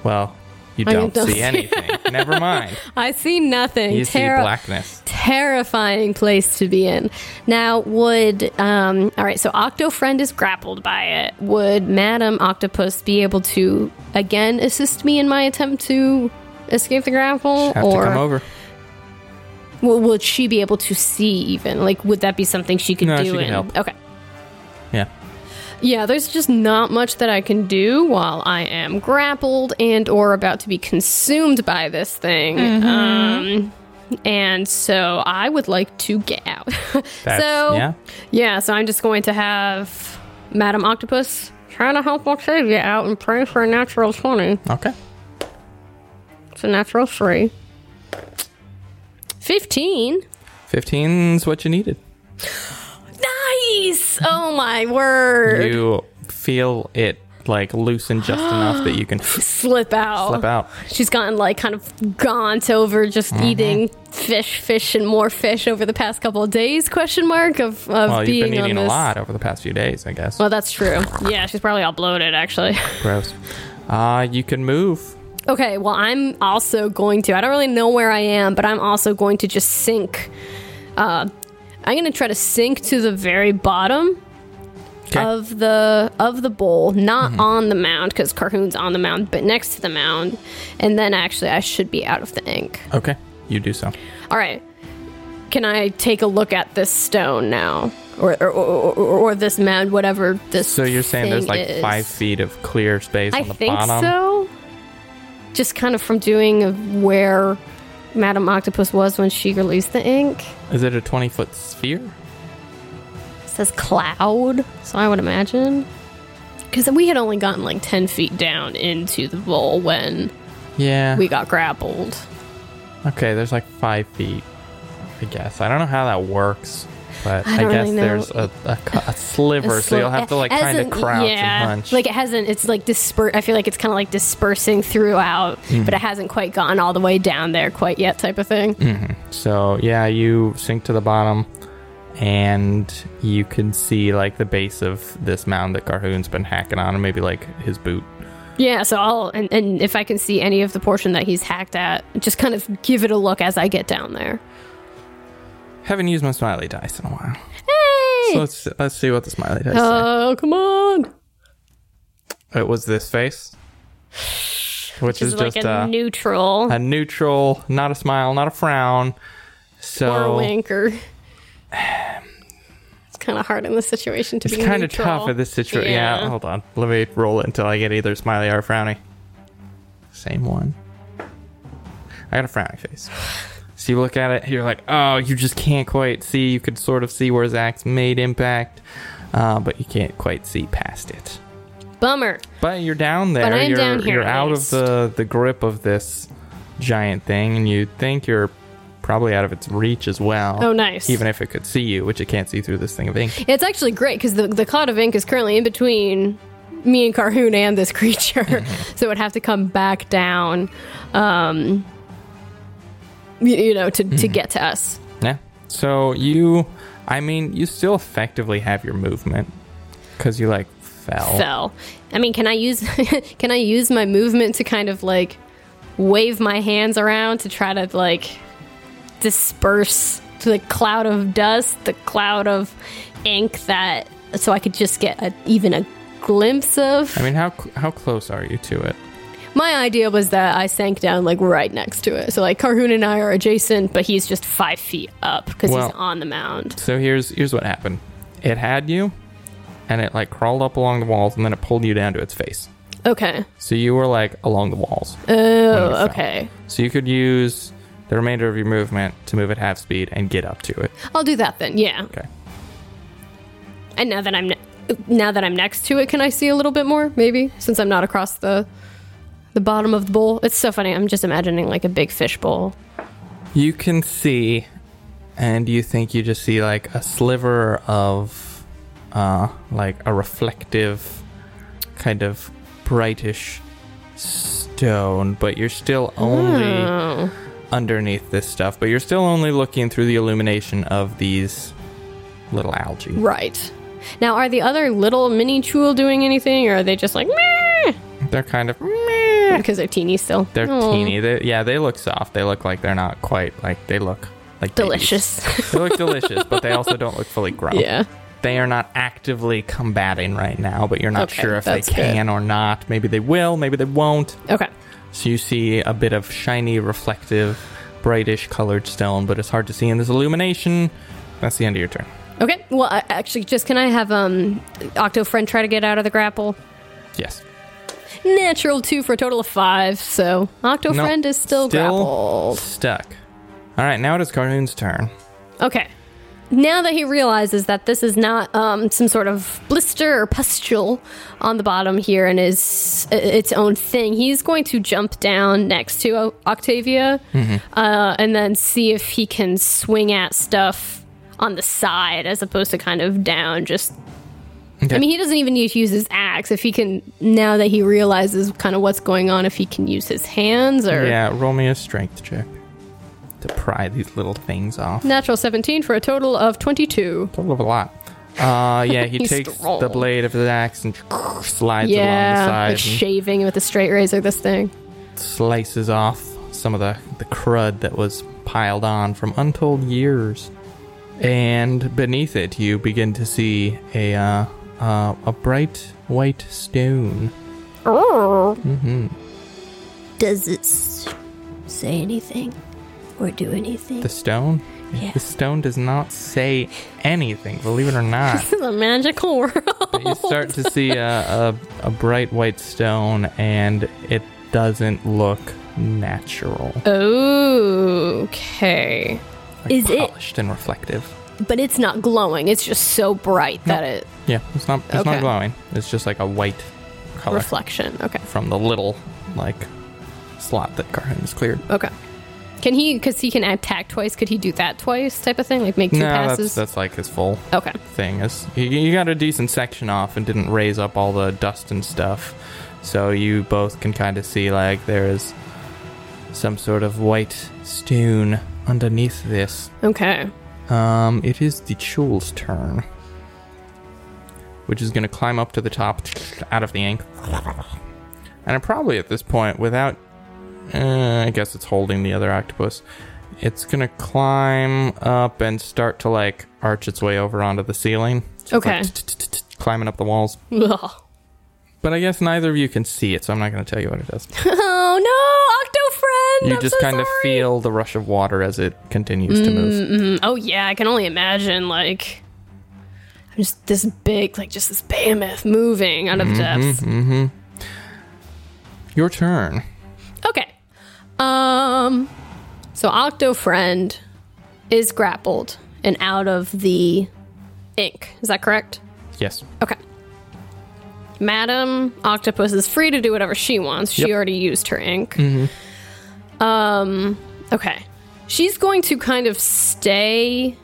A: Well, you
B: I
A: don't,
B: don't
A: see
B: see-
A: anything. Never mind.
B: I see nothing.
A: You see
B: Terri-
A: blackness.
B: Terrifying place to be in. Now, would um, all right? So, Octofriend is grappled by it. Would Madam Octopus be able to again assist me in my attempt to escape the grapple,
A: Have
B: or
A: to come over.
B: Well, would she be able to see? Even like, would that be something she could
A: No,
B: do?
A: she can
B: and-
A: help.
B: Okay.
A: Yeah.
B: Yeah, there's just not much that I can do while I am grappled and or about to be consumed by this thing.
A: Mm-hmm.
B: Um, and so I would like to get out. so
A: yeah.
B: yeah, so I'm just going to have Madam Octopus try to help Octavia out and pray for a natural twenty.
A: Okay.
B: It's a natural three. Fifteen.
A: 15's what you needed.
B: Nice. Oh my word.
A: You feel it like loosen just enough that you can slip
B: Slip out.
A: out.
B: She's gotten like kind of gaunt over just
A: Mm-hmm.
B: eating fish, fish, and more fish over the past couple of days. Question mark of, of
A: Well,
B: being
A: you've been
B: on
A: eating
B: this.
A: a lot over the past few days, I guess.
B: Well, that's true. Yeah, she's probably all bloated actually.
A: Gross. Uh, you can move.
B: okay, well, I'm also going to. I don't really know where I am, but I'm also going to just sink. Uh, I'm going to try to sink to the very bottom.
A: 'Kay.
B: Of the of the bowl, not
A: Mm-hmm.
B: on the mound because Carhoon's on the mound, but next to the mound, and then actually I should be out of the ink.
A: Okay. You do so.
B: All right. Can I take a look at this stone now, or or, or, or, or this mound, whatever this?
A: So you're saying there's
B: thing
A: like
B: is?
A: five feet of clear space
B: I
A: on the
B: think
A: bottom?
B: so. Just kind of from doing of where Madame Octopus was when she released the ink.
A: Is it a 20 foot sphere?
B: It says cloud, so I would imagine. Because we had only gotten like 10 feet down into the bowl when
A: Yeah.
B: we got grappled.
A: okay, there's like five feet, I guess. I don't know how that works, but
B: I
A: I,
B: don't
A: guess
B: really know.
A: there's a, a, cu- a sliver, so you'll have to like
B: As
A: kind of
B: in-
A: crouch
B: yeah,
A: and hunch.
B: Like it hasn't. It's like disper. I feel like it's kind of like dispersing throughout,
A: Hmm.
B: but it hasn't quite gotten all the way down there quite yet, type of thing.
A: Hmm. So yeah, you sink to the bottom, and you can see like the base of this mound that Carhoon's been hacking on, and maybe like his boot.
B: Yeah. So I'll and, and if I can see any of the portion that he's hacked at, just kind of give it a look as I get down there.
A: Haven't used my smiley dice in a while,
B: Hey!
A: so let's let's see what the smiley dice.
B: oh, come on!
A: say. It was this face, which,
B: This
A: is,
B: is like
A: just uh,
B: a
A: a,
B: neutral
A: a neutral, not a smile, not a frown.
B: or a
A: So
B: wink or. It's kind of hard in this situation to
A: it's
B: be.
A: kind of
B: neutral.
A: tough in this situation. Yeah. hold on, let me roll it until I get either smiley or frowny. Same one. I got a frowny face. So you look at it, you're like, oh, you just can't quite see. You could sort of see where Zach's made impact, uh, but you can't quite see past it.
B: Bummer.
A: But you're down there.
B: I'm
A: you're
B: down here
A: you're
B: at
A: out
B: least.
A: of the, the grip of this giant thing, and you think you're probably out of its reach as well.
B: Oh, nice.
A: Even if it could see you, which it can't see through this thing of ink.
B: It's actually great because the, the cloud of ink is currently in between me and Carhoon and this creature, so it would have to come back down, um, you, you know, to, to get to us.
A: Yeah. So you, I mean, you still effectively have your movement because you like fell.
B: Fell. I mean, can I use can I use my movement to kind of like wave my hands around to try to like disperse the cloud of dust, the cloud of ink that, so I could just get a, even a glimpse of.
A: I mean, how cl- how close are you to it?
B: My idea was that I sank down like right next to it. So like Carhoon and I are adjacent, but he's just five feet up because
A: Well-
B: he's on the mound.
A: So here's here's what happened. It had you, and it like crawled up along the walls, and then it pulled you down to its face.
B: Okay.
A: So you were like along the walls.
B: Oh,
A: fell.
B: okay.
A: So you could use the remainder of your movement to move at half speed and get up to it.
B: I'll do that then. Yeah.
A: Okay.
B: And now that I'm ne- now that I'm next to it, can I see a little bit more? Maybe since I'm not across the the bottom of the bowl. It's so funny. I'm just imagining like a big fish bowl.
A: You can see, and you think you just see like a sliver of, uh, like a reflective, kind of brightish stone, but you're still only
B: Oh.
A: underneath this stuff, but you're still only looking through the illumination of these little algae.
B: Right. Now, are the other little mini chul doing anything, or are they just like meh?
A: They're kind of meh.
B: Because they're teeny still.
A: They're
B: Oh,
A: teeny. They, yeah, they look soft. They look like they're not quite like they look like babies.
B: Delicious.
A: they look delicious, but they also don't look fully grown.
B: yeah.
A: They are not actively combating right now, but you're not
B: Okay,
A: sure if they
B: that's good.
A: can or not. Maybe they will, maybe they won't.
B: Okay.
A: So you see a bit of shiny, reflective, brightish colored stone, but it's hard to see in this illumination. That's the end of your turn.
B: Okay. Well, I, actually, just can I have um Octo Friend try to get out of the grapple?
A: Yes.
B: Natural two for a total of five. So Octo
A: No,
B: Friend is still, grappled.
A: Stuck. All right, now it is Carhoon's turn.
B: Okay. Now that he realizes that this is not um, some sort of blister or pustule on the bottom here and is i- its own thing, he's going to jump down next to O- Octavia uh, and then see if he can swing at stuff on the side as opposed to kind of down. Just,
A: Okay.
B: I mean, he doesn't even need to use his axe. If he can, now that he realizes kind of what's going on, if he can use his hands or
A: yeah, roll me a strength check to pry these little things off.
B: natural 17 for a total of 22.
A: Total of a lot. Uh, yeah, he
B: He's
A: takes
B: strong.
A: the blade of his axe and slides
B: yeah,
A: along the
B: like
A: side
B: shaving with a straight razor. This thing.
A: and slices off some of the, the crud that was piled on from untold years. And beneath it, you begin to see a uh, uh, a bright white stone. Mm-hmm.
B: Oh,
C: Does it s- say anything or do anything?
A: The stone?
C: Yeah.
A: The stone does not say anything, believe it or not.
B: this is a magical world.
A: you start to see a, a, a bright white stone, and it doesn't look natural,
B: Okay.
A: like
C: Is it-
A: polished and reflective.
B: But it's not glowing. It's just so bright that it
A: Yeah, it's not it's
B: Okay.
A: not glowing. It's just like a white color
B: reflection. Okay.
A: from the little like slot that Carhan has cleared.
B: Okay. Can he cuz he can attack twice, could he do that twice type of thing? Like make two
A: no, that's
B: passes?
A: that's like his full
B: okay.
A: thing. It's, you, you got a decent section off and didn't raise up all the dust and stuff, so you both can kind of see like there is some sort of white stone underneath this
B: Okay.
A: Um, it is the Chul's turn, which is going to climb up to the top out of the ink. And probably at this point, without. Uh, I guess it's holding the other octopus. It's going to climb up and start to, like, arch its way over onto the ceiling. So it's, like,
B: Okay.
A: climbing up the walls.
B: Ugh.
A: But I guess neither of you can see it, so I'm not going to tell you what it does.
B: Oh no, Octo friend.
A: You
B: I'm
A: just
B: so
A: kind of
B: sorry.
A: feel the rush of water as it continues to move.
B: Oh yeah, I can only imagine like I'm just this big, like just this behemoth moving out of
A: Mm-hmm,
B: the depths.
A: Your turn.
B: Okay. Um so Octo friend is grappled and out of the ink. Is that correct?
A: Yes.
B: Okay. Madam Octopus is free to do whatever she wants. She
A: Yep. Mm-hmm.
B: already used her ink. Um, okay. She's going to kind of stay.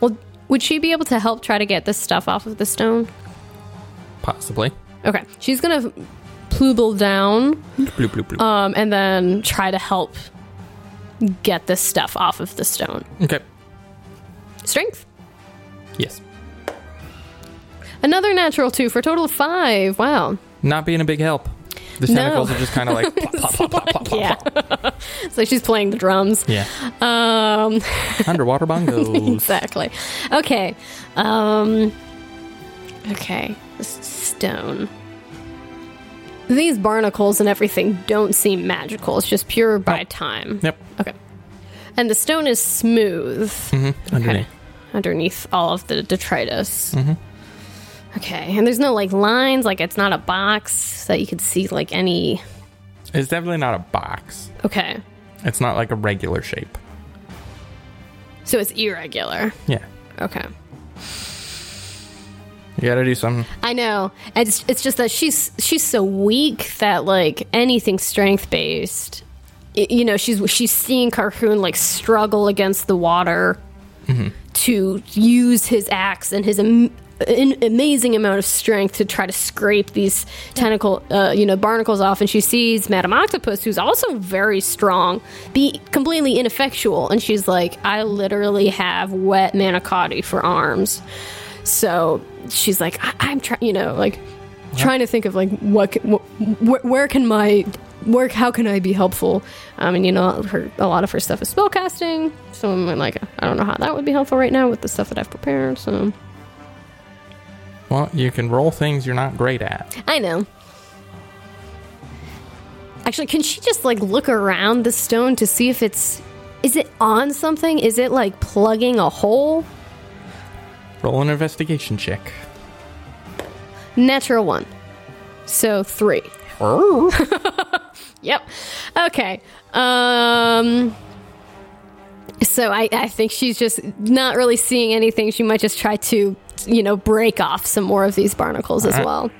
B: Well, would she be able to help try to get this stuff off of the stone?
A: Possibly.
B: Okay. She's going to pluble down
A: Bloop, bloop, bloop.
B: um, and then try to help get this stuff off of the stone.
A: Okay.
B: Strength.
A: Yes.
B: Another natural two for a total of five. Wow.
A: Not being a big help. The tentacles are just kind of like. plop, plop, plop, plop, plop, plop,
B: Yeah.
A: plop.
B: it's like she's playing the drums.
A: Yeah.
B: Um,
A: Underwater bongos.
B: exactly. Okay. Um, okay. This stone. These barnacles and everything don't seem magical. It's just pure by time.
A: yep.
B: Okay. And the stone is smooth
A: Underneath.
B: underneath all of the detritus. Okay. And there's no like lines. Like it's not a box that you could see like any.
A: It's definitely not a box.
B: Okay.
A: It's not like a regular shape.
B: So it's irregular.
A: Yeah.
B: Okay.
A: You gotta do something.
B: I know. It's it's just that she's she's so weak that like anything strength based, you know, she's she's seeing Carhoon like struggle against the water to use his axe and his am- an amazing amount of strength to try to scrape these tentacle, uh, you know, barnacles off. And she sees Madame Octopus, who's also very strong, be completely ineffectual. And she's like, I literally have wet manicotti for arms. So she's like, I- I'm trying, you know, like trying to think of like what, c- wh- wh- where can my where how can I be helpful? Um, and you know, her a lot of her stuff is spellcasting. So I'm like, I don't know how that would be helpful right now with the stuff that I've prepared. So
A: Well, you can roll things you're not great at.
B: I know. Actually, can she just like look around the stone to see if it's is it on something? Is it like plugging a hole?
A: Roll an investigation check.
B: Natural one. So three. Yep. Okay. Um so I, I think she's just not really seeing anything. She might just try to, you know, break off some more of these barnacles as
A: Alright.
B: well.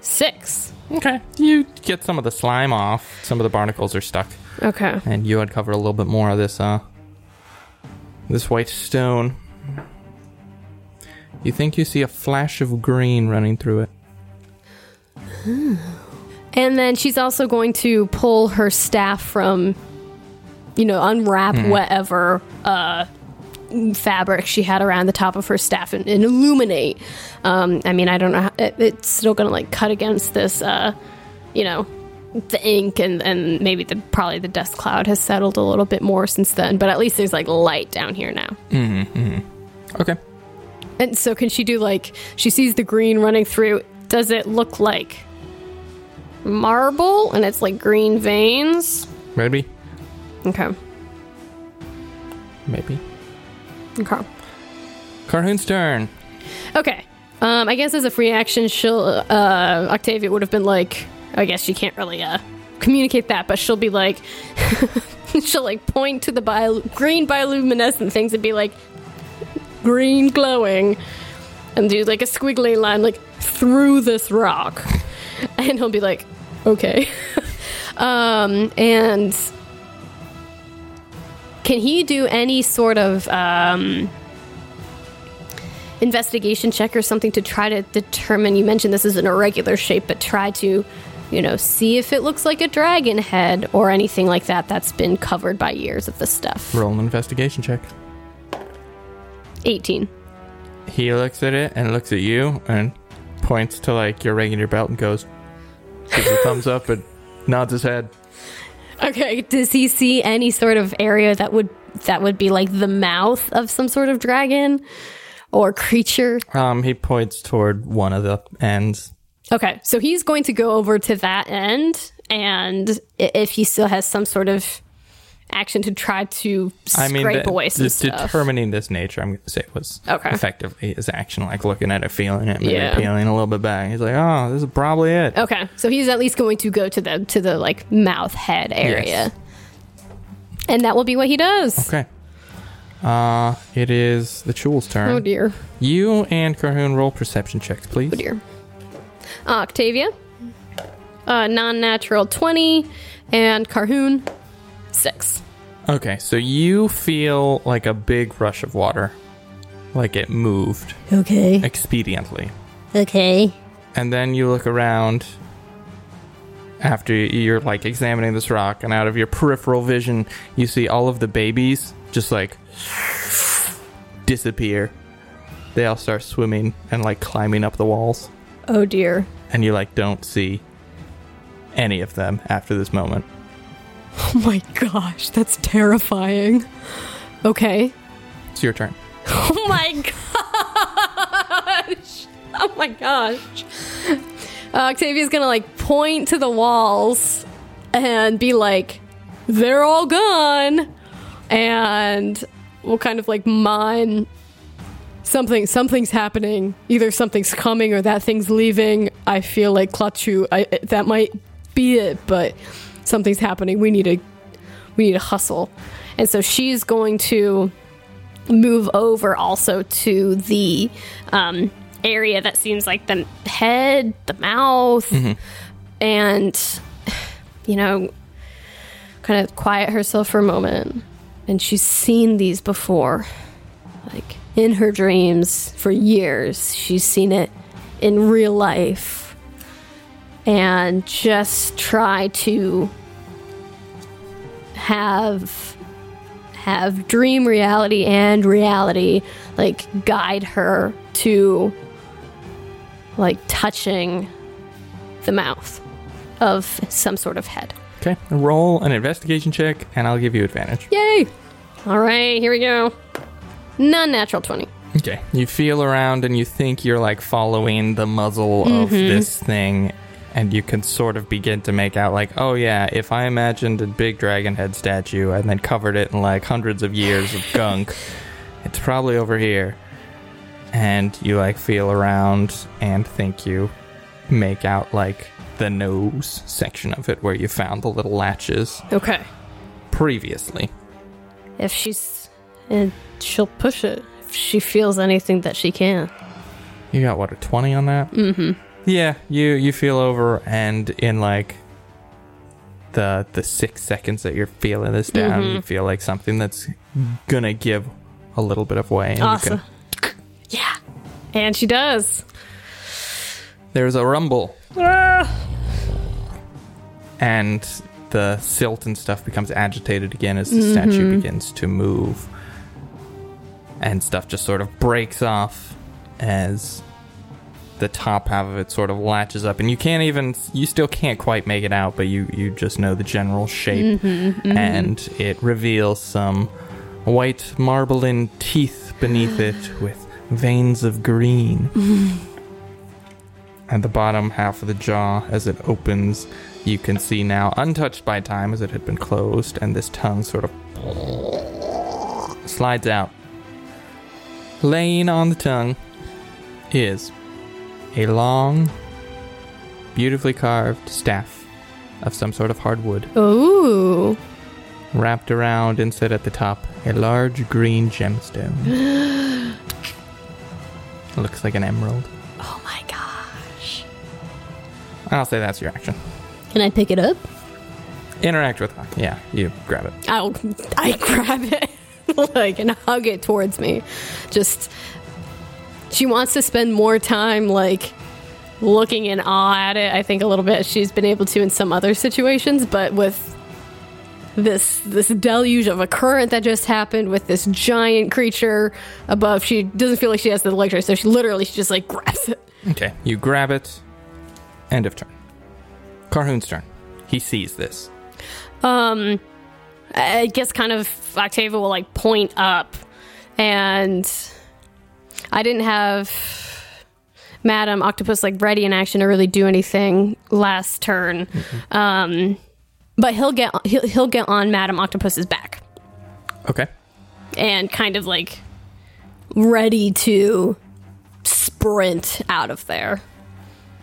B: Six.
A: Okay. You get some of the slime off. Some of the barnacles are stuck.
B: Okay.
A: And you uncover a little bit more of this, uh, this white stone. You think you see a flash of green running through it.
B: And then she's also going to pull her staff from, you know, unwrap whatever uh, fabric she had around the top of her staff and, and illuminate. Um, I mean, I don't know. How, it, it's still going to like cut against this, uh, you know, the ink and and maybe the probably the dust cloud has settled a little bit more since then. But at least there's like light down here now.
A: Mm-hmm, Okay.
B: And so, can she do like she sees the green running through? Does it look like marble and it's like green veins?
A: Maybe.
B: Okay.
A: Maybe.
B: Okay.
A: Carhoon's turn.
B: Okay. Um, I guess as a free action, she'll uh, Octavia would have been like, I guess she can't really uh communicate that, but she'll be like, she'll like point to the bio- green bioluminescent things and be like, green glowing, and do like a squiggly line like through this rock, and he'll be like, okay, um, and can he do any sort of um, investigation check or something to try to determine? You mentioned this is an irregular shape, but try to, you know, see if it looks like a dragon head or anything like that that's been covered by years of this stuff.
A: Roll an investigation check.
B: 18.
A: He looks at it and looks at you and points to like your regular belt and goes, gives a thumbs up and nods his head.
B: Okay, does he see any sort of area that would that would be like the mouth of some sort of dragon or creature?
A: Um, he points toward one of the ends.
B: Okay, so he's going to go over to that end, and i- if he still has some sort of action to try to
A: I
B: scrape
A: mean, the-
B: away some
A: the
B: stuff.
A: determining this nature, I'm going to say, was
B: Okay.
A: effectively his action, like looking at it, feeling it, maybe
B: Yeah.
A: peeling a little bit back. He's like, oh, this is probably it.
B: okay, so he's at least going to go to the to the like mouth head area,
A: Yes.
B: and that will be what he does.
A: Okay. Uh, it is the Chul's turn.
B: Oh dear,
A: You and Carhoon roll perception checks, please.
B: oh dear. Octavia, uh, non-natural twenty, and Carhoon six.
A: Okay, so you feel like a big rush of water, like it moved
C: Okay.
A: expediently.
C: Okay.
A: And then you look around after you're like examining this rock, and out of your peripheral vision, you see all of the babies just like disappear. They all start swimming and like climbing up the walls,
B: Oh dear.
A: and you like don't see any of them after this moment.
B: Oh my gosh, that's terrifying. Okay.
A: It's your turn.
B: Oh my gosh! Oh my gosh! Uh, Octavia's gonna like point to the walls and be like, "They're all gone," and we'll kind of like mime something. Something's happening. Either something's coming or that thing's leaving. I feel like Klachu. I that might be it, but something's happening. We need to we need to hustle, and so she's going to move over also to the um, area that seems like the head, the mouth, and you know, kind of quiet herself for a moment. And she's seen these before, like in her dreams for years. She's seen it in real life, and just try to have have dream reality and reality like guide her to like touching the mouth of some sort of head.
A: Okay, roll an investigation check, and I'll give you advantage.
B: Yay! All right, here we go. Non natural 20.
A: Okay. You feel around and you think you're like following the muzzle of this thing, and you can sort of begin to make out like, oh yeah, if I imagined a big dragon head statue and then covered it in like hundreds of years of gunk, it's probably over here. And you like feel around and think you make out like the nose section of it where you found the little latches
B: Okay.
A: previously.
B: If she's. And she'll push it if she feels anything that she can.
A: You got what a twenty on that? Mm-hmm. Yeah, you you feel over and in like the the six seconds that you're feeling this down, you feel like something that's gonna give a little bit of way. And you
B: Awesome.
A: can,
B: Yeah. And she does.
A: there's a rumble. And the silt and stuff becomes agitated again as the statue begins to move. And stuff just sort of breaks off as the top half of it sort of latches up and you can't even you still can't quite make it out but you you just know the general shape and it reveals some white marbling teeth beneath it with veins of green at the bottom half of the jaw as it opens you can see now untouched by time as it had been closed and this tongue sort of slides out laying on the tongue is a long beautifully carved staff of some sort of hardwood.
B: Ooh.
A: Wrapped around and set at the top, a large green gemstone. Looks like an emerald.
B: Oh my gosh.
A: I'll say that's your action.
C: Can I pick it up?
A: Interact with Hawk. Yeah, you grab it.
B: I'll, I grab it like and hug it towards me. Just she wants to spend more time like looking in awe at it. I think a little bit she's been able to in some other situations, but with this this deluge of a current that just happened with this giant creature above, she doesn't feel like she has the luxury, so she literally she just like grabs it.
A: Okay, you grab it. End of turn. Carhoon's turn. He sees this.
B: um i guess kind of octavia will like point up and i didn't have madam octopus like ready in action to really do anything last turn um but he'll get he'll, he'll get on madam octopus's back
A: Okay.
B: and kind of like ready to sprint out of there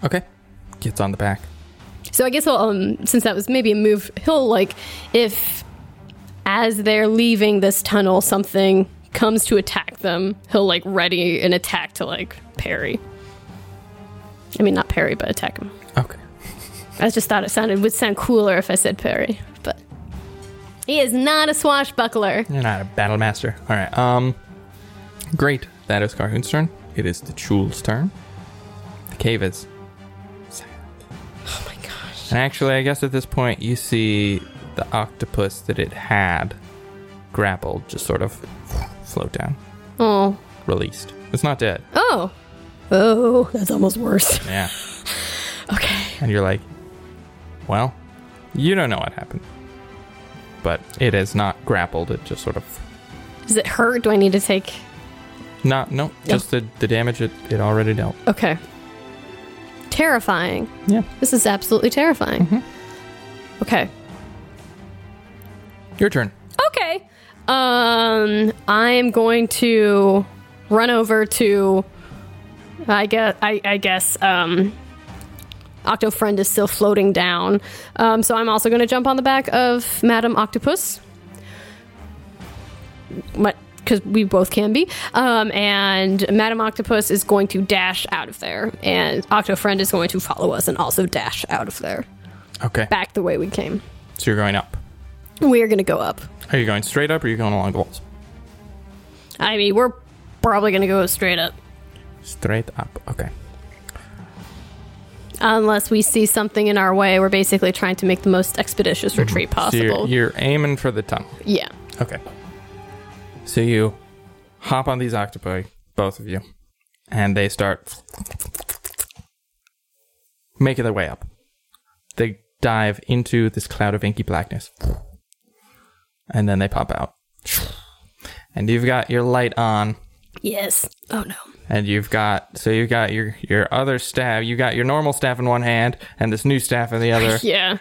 A: Okay. Gets on the back.
B: So I guess he'll, um, since that was maybe a move, he'll like if as they're leaving this tunnel, something comes to attack them. He'll like ready an attack to like parry. I mean, not parry, but attack him.
A: Okay.
B: I just thought it sounded would sound cooler if I said parry, but he is not a swashbuckler.
A: You're not a battle master. All right. Um. Great. That is Carhoon's turn. It is the Chul's turn. The cave is.
B: Oh my gosh!
A: And actually, I guess at this point, you see the octopus that it had grappled just sort of float down,
B: Oh,
A: released. It's not dead.
B: oh, oh! That's almost worse.
A: Yeah.
B: Okay.
A: And you're like, well, you don't know what happened. But it is not grappled. It just sort of.
B: Does it hurt? Do I need to take?
A: Not, no, just the, the damage it, it already dealt.
B: Okay. Terrifying.
A: Yeah.
B: This is absolutely terrifying. Okay.
A: Your turn.
B: Okay. Um, I am going to run over to. I guess. I, I guess. Um, Octo friend is still floating down. Um, so I'm also going to jump on the back of Madam Octopus. Because we both can be. Um, and Madam Octopus is going to dash out of there. And Octo friend is going to follow us and also dash out of there.
A: Okay.
B: Back the way we came.
A: So you're going up.
B: We're going to go up.
A: Are you going straight up or are you going along the walls?
B: I mean, we're probably going to go straight up
A: Straight up. Okay.
B: unless we see something in our way. We're basically trying to make the most expeditious retreat
A: Mhm. So you're-
B: possible.
A: you're aiming for the tunnel.
B: yeah.
A: Okay. So you hop on these octopi, both of you, and they start making their way up. They dive into this cloud of inky blackness. And then they pop out. And you've got your light on,
B: Yes. Oh no.
A: and you've got so you've got your your other staff, you got your normal staff in one hand, and this new staff in the other
B: Yeah.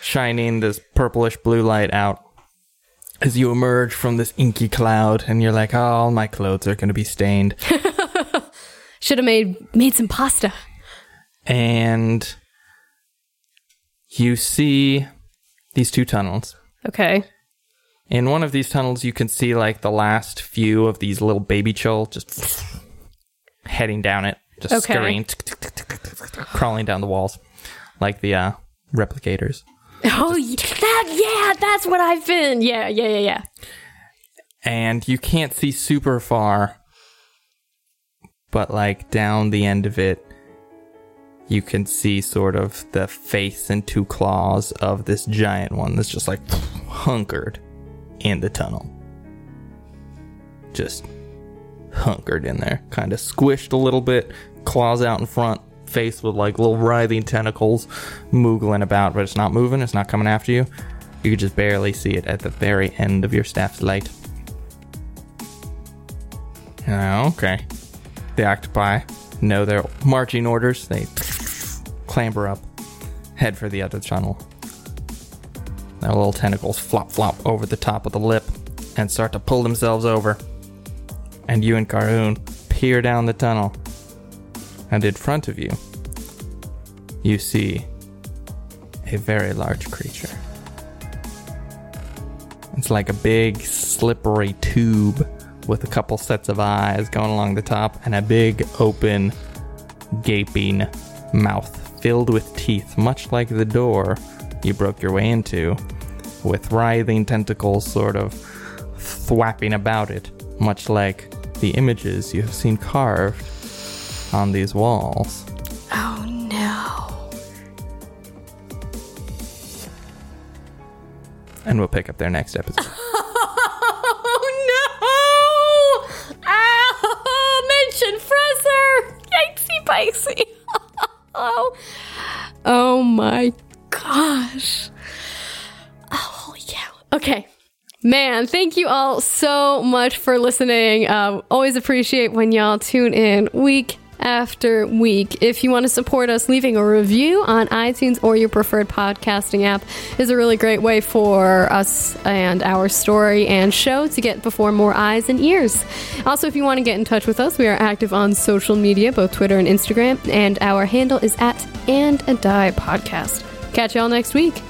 A: shining this purplish blue light out as you emerge from this inky cloud and you're like, oh, all my clothes are going to be stained.
B: Should have made made some pasta.
A: and you see these two tunnels.
B: Okay.
A: In one of these tunnels, you can see like the last few of these little baby chul just heading down it, just
B: Okay.
A: scurrying, tick, tick, tick, tick, tick, tick, crawling down the walls like the uh, replicators.
B: Oh, y- that yeah, that's what I've been. Yeah, yeah, yeah, yeah.
A: and you can't see super far but like down the end of it you can see sort of the face and two claws of this giant one that's just like hunkered in the tunnel just hunkered in there kind of squished a little bit claws out in front face with like little writhing tentacles moogling about but it's not moving it's not coming after you you could just barely see it at the very end of your staff's light Oh, okay. The octopi know their marching orders. They clamber up, head for the other tunnel. Their little tentacles flop flop over the top of the lip and start to pull themselves over. And you and Carhoon peer down the tunnel. And in front of you, you see a very large creature. It's like a big, slippery tube with a couple sets of eyes going along the top and a big, open, gaping mouth filled with teeth, much like the door you broke your way into, with writhing tentacles sort of thwapping about it, much like the images you have seen carved on these walls.
B: Oh no.
A: And we'll pick up their next episode.
B: Oh no! Ow! Mention Fresser! Yikesy pikesy! oh. oh my gosh. Oh, holy cow. Okay. Man, thank you all so much for listening. Um, always appreciate when y'all tune in week after week. If you want to support us, leaving a review on iTunes or your preferred podcasting app is a really great way for us and our story and show to get before more eyes and ears. Also, if you want to get in touch with us, we are active on social media, both Twitter and Instagram, and our handle is at and a die podcast. Catch y'all next week.